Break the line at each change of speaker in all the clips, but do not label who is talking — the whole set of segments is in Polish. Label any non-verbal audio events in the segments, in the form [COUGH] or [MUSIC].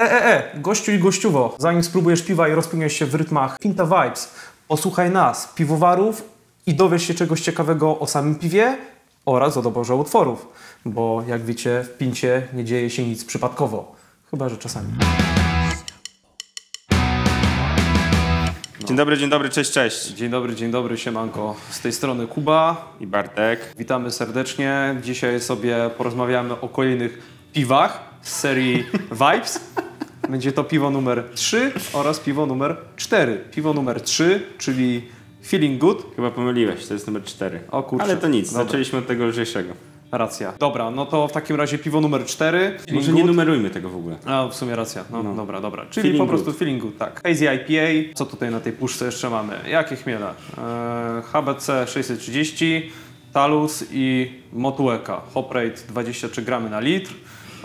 E, e, e, gościu i gościuwo, zanim spróbujesz piwa i rozpłyniesz się w rytmach Pinta Vibes, posłuchaj nas, piwowarów i dowiesz się czegoś ciekawego o samym piwie oraz o doborze utworów, bo jak wiecie, w Pincie nie dzieje się nic przypadkowo, chyba że czasami. No.
Dzień dobry, dzień dobry, cześć, cześć.
Dzień dobry, dzień dobry, siemanko. Z tej strony Kuba,
I Bartek.
witamy serdecznie. Dzisiaj sobie porozmawiamy o kolejnych piwach z serii Vibes. Będzie to piwo numer 3 oraz piwo numer 4. Piwo numer 3, czyli Feeling Good,
Chyba pomyliłeś, to jest numer 4.
O kurczę.
Ale to nic,
Dobra.
zaczęliśmy od tego lżejszego.
Racja. Dobra, no to w takim razie piwo numer 4.
Może nie numerujmy tego w ogóle.
A, w sumie racja. No, dobra, dobra. Czyli
Feeling
po prostu feeling good, tak. Hazy IPA. Co tutaj na tej puszce jeszcze mamy? Jakie chmiele? E, HBC 630, Talus i Motueka. Hop rate 23 gramy na litr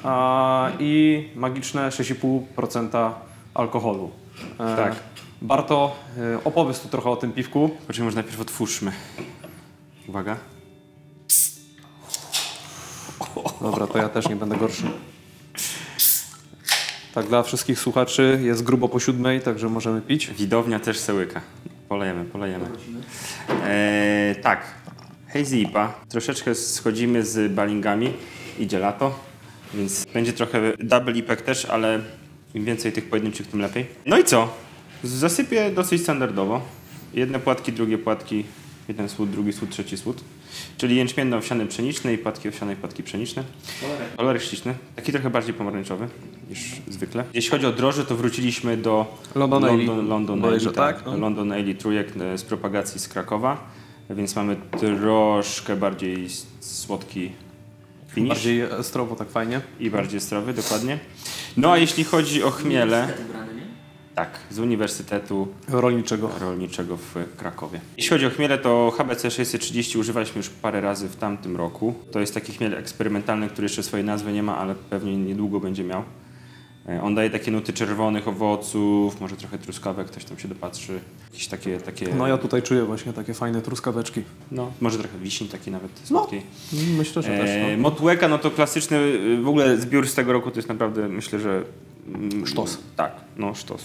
a, i magiczne 6,5% alkoholu. E,
Tak.
Barto, e, opowiedz tu trochę o tym piwku.
Znaczy może najpierw otwórzmy. Uwaga.
Dobra, to ja też nie będę gorszy. Tak, dla wszystkich słuchaczy jest grubo po siódmej, także możemy pić.
Widownia też se łyka. Polejemy, polejemy. Eee, tak. Hazy IPA. Troszeczkę schodzimy z balingami. Idzie lato, więc będzie trochę double IPek też, ale im więcej tych pojedynczych, tym lepiej. No i co? Zasypię dosyć standardowo. Jedne płatki, drugie płatki. Jeden słód, drugi słód, trzeci słód. Czyli jęczmienny owsiany pszeniczny i płatki owsiane i płatki pszeniczne. Kolorek śliczny. Taki trochę bardziej pomarańczowy niż zwykle. Jeśli chodzi o droże, to wróciliśmy do
London Ale.
London, London Ale,
Bodajże,
tak?
tak, no.
London Ale trójek e, z propagacji z Krakowa, więc mamy troszkę bardziej s- słodki finish
Bardziej strowo, tak fajnie.
i bardziej zdrowy, dokładnie. No a jeśli chodzi o chmiele, tak, z Uniwersytetu
Rolniczego.
Rolniczego w Krakowie. Jeśli chodzi o chmiele, to HBC 630 używaliśmy już parę razy w tamtym roku. To jest taki chmiel eksperymentalny, który jeszcze swojej nazwy nie ma, ale pewnie niedługo będzie miał. E, On daje takie nuty czerwonych owoców, może trochę truskawek, ktoś tam się dopatrzy. Jakieś takie, takie
No ja tutaj czuję właśnie takie fajne truskaweczki.
no, może trochę wiśni taki nawet
No.
słodkiej.
Myślę, że
E,
też. No.
Motueka, no to klasyczny y, w ogóle zbiór z tego roku to jest naprawdę, myślę, że... mm,
Sztos.
Tak, no sztos.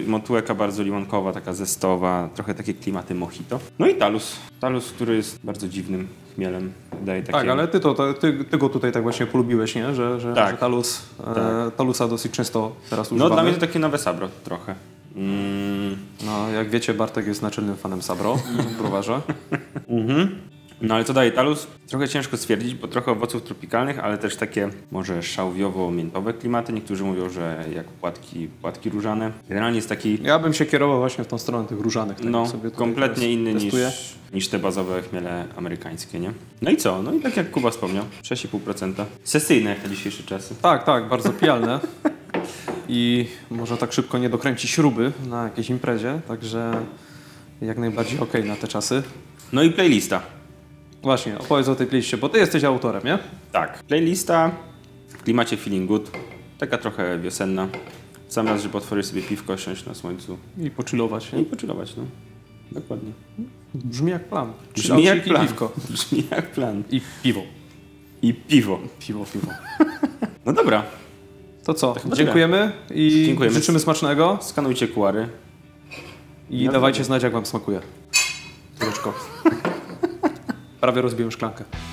Yy, Motueka bardzo limonkowa, taka zestowa, trochę takie klimaty mojito. No i talus. Talus, który jest bardzo dziwnym chmielem. Daje takie...
Tak, ale ty, to, to, ty, ty go tutaj tak właśnie polubiłeś, nie? Że, że,
Tak.
że talus, e, talusa dosyć często teraz
No
używamy.
dla mnie to takie nowe sabro trochę. Mm,
no jak wiecie, Bartek jest naczelnym fanem
[LAUGHS]
Sabro w browarze.
Mhm. No ale co daje talus? Trochę ciężko stwierdzić, bo trochę owoców tropikalnych, ale też takie może szałwiowo-miętowe klimaty. Niektórzy mówią, że jak płatki, płatki różane. Generalnie jest taki
Ja bym się kierował właśnie w tą stronę tych różanych. Tak
no,
jak sobie tutaj
kompletnie
teraz
inny niż,
testuję.
niż te bazowe chmiele amerykańskie, nie? No i co? No i tak jak Kuba wspomniał, 6,5%. Sesyjne jak na dzisiejsze czasy.
Tak, tak, bardzo pijalne. [LAUGHS] I może tak szybko nie dokręci śruby na jakiejś imprezie, także jak najbardziej okej na te czasy.
No i playlista.
Właśnie, opowiedz o tej playliście, bo ty jesteś autorem, nie?
Tak, playlista w klimacie feeling good, taka trochę wiosenna. W Sam raz, żeby otworzyć sobie piwko, siąść na słońcu
I pochillować,
no i
nie?
poczylować, no. Dokładnie. [LAUGHS]
Brzmi jak plan.
Brzmi jak
Chillaucik i
plan.
Piwko.
Brzmi jak plan.
I piwo.
I piwo.
Piwo, piwo.
No dobra,
To co,
Tak chyba
dziękujemy i
Dziękujemy.
życzymy smacznego
skanujcie kuary.
i
Ja [LAUGHS]
dawajcie znać, jak wam smakuje. Trójeczko. Prawie rozbiłem szklankę.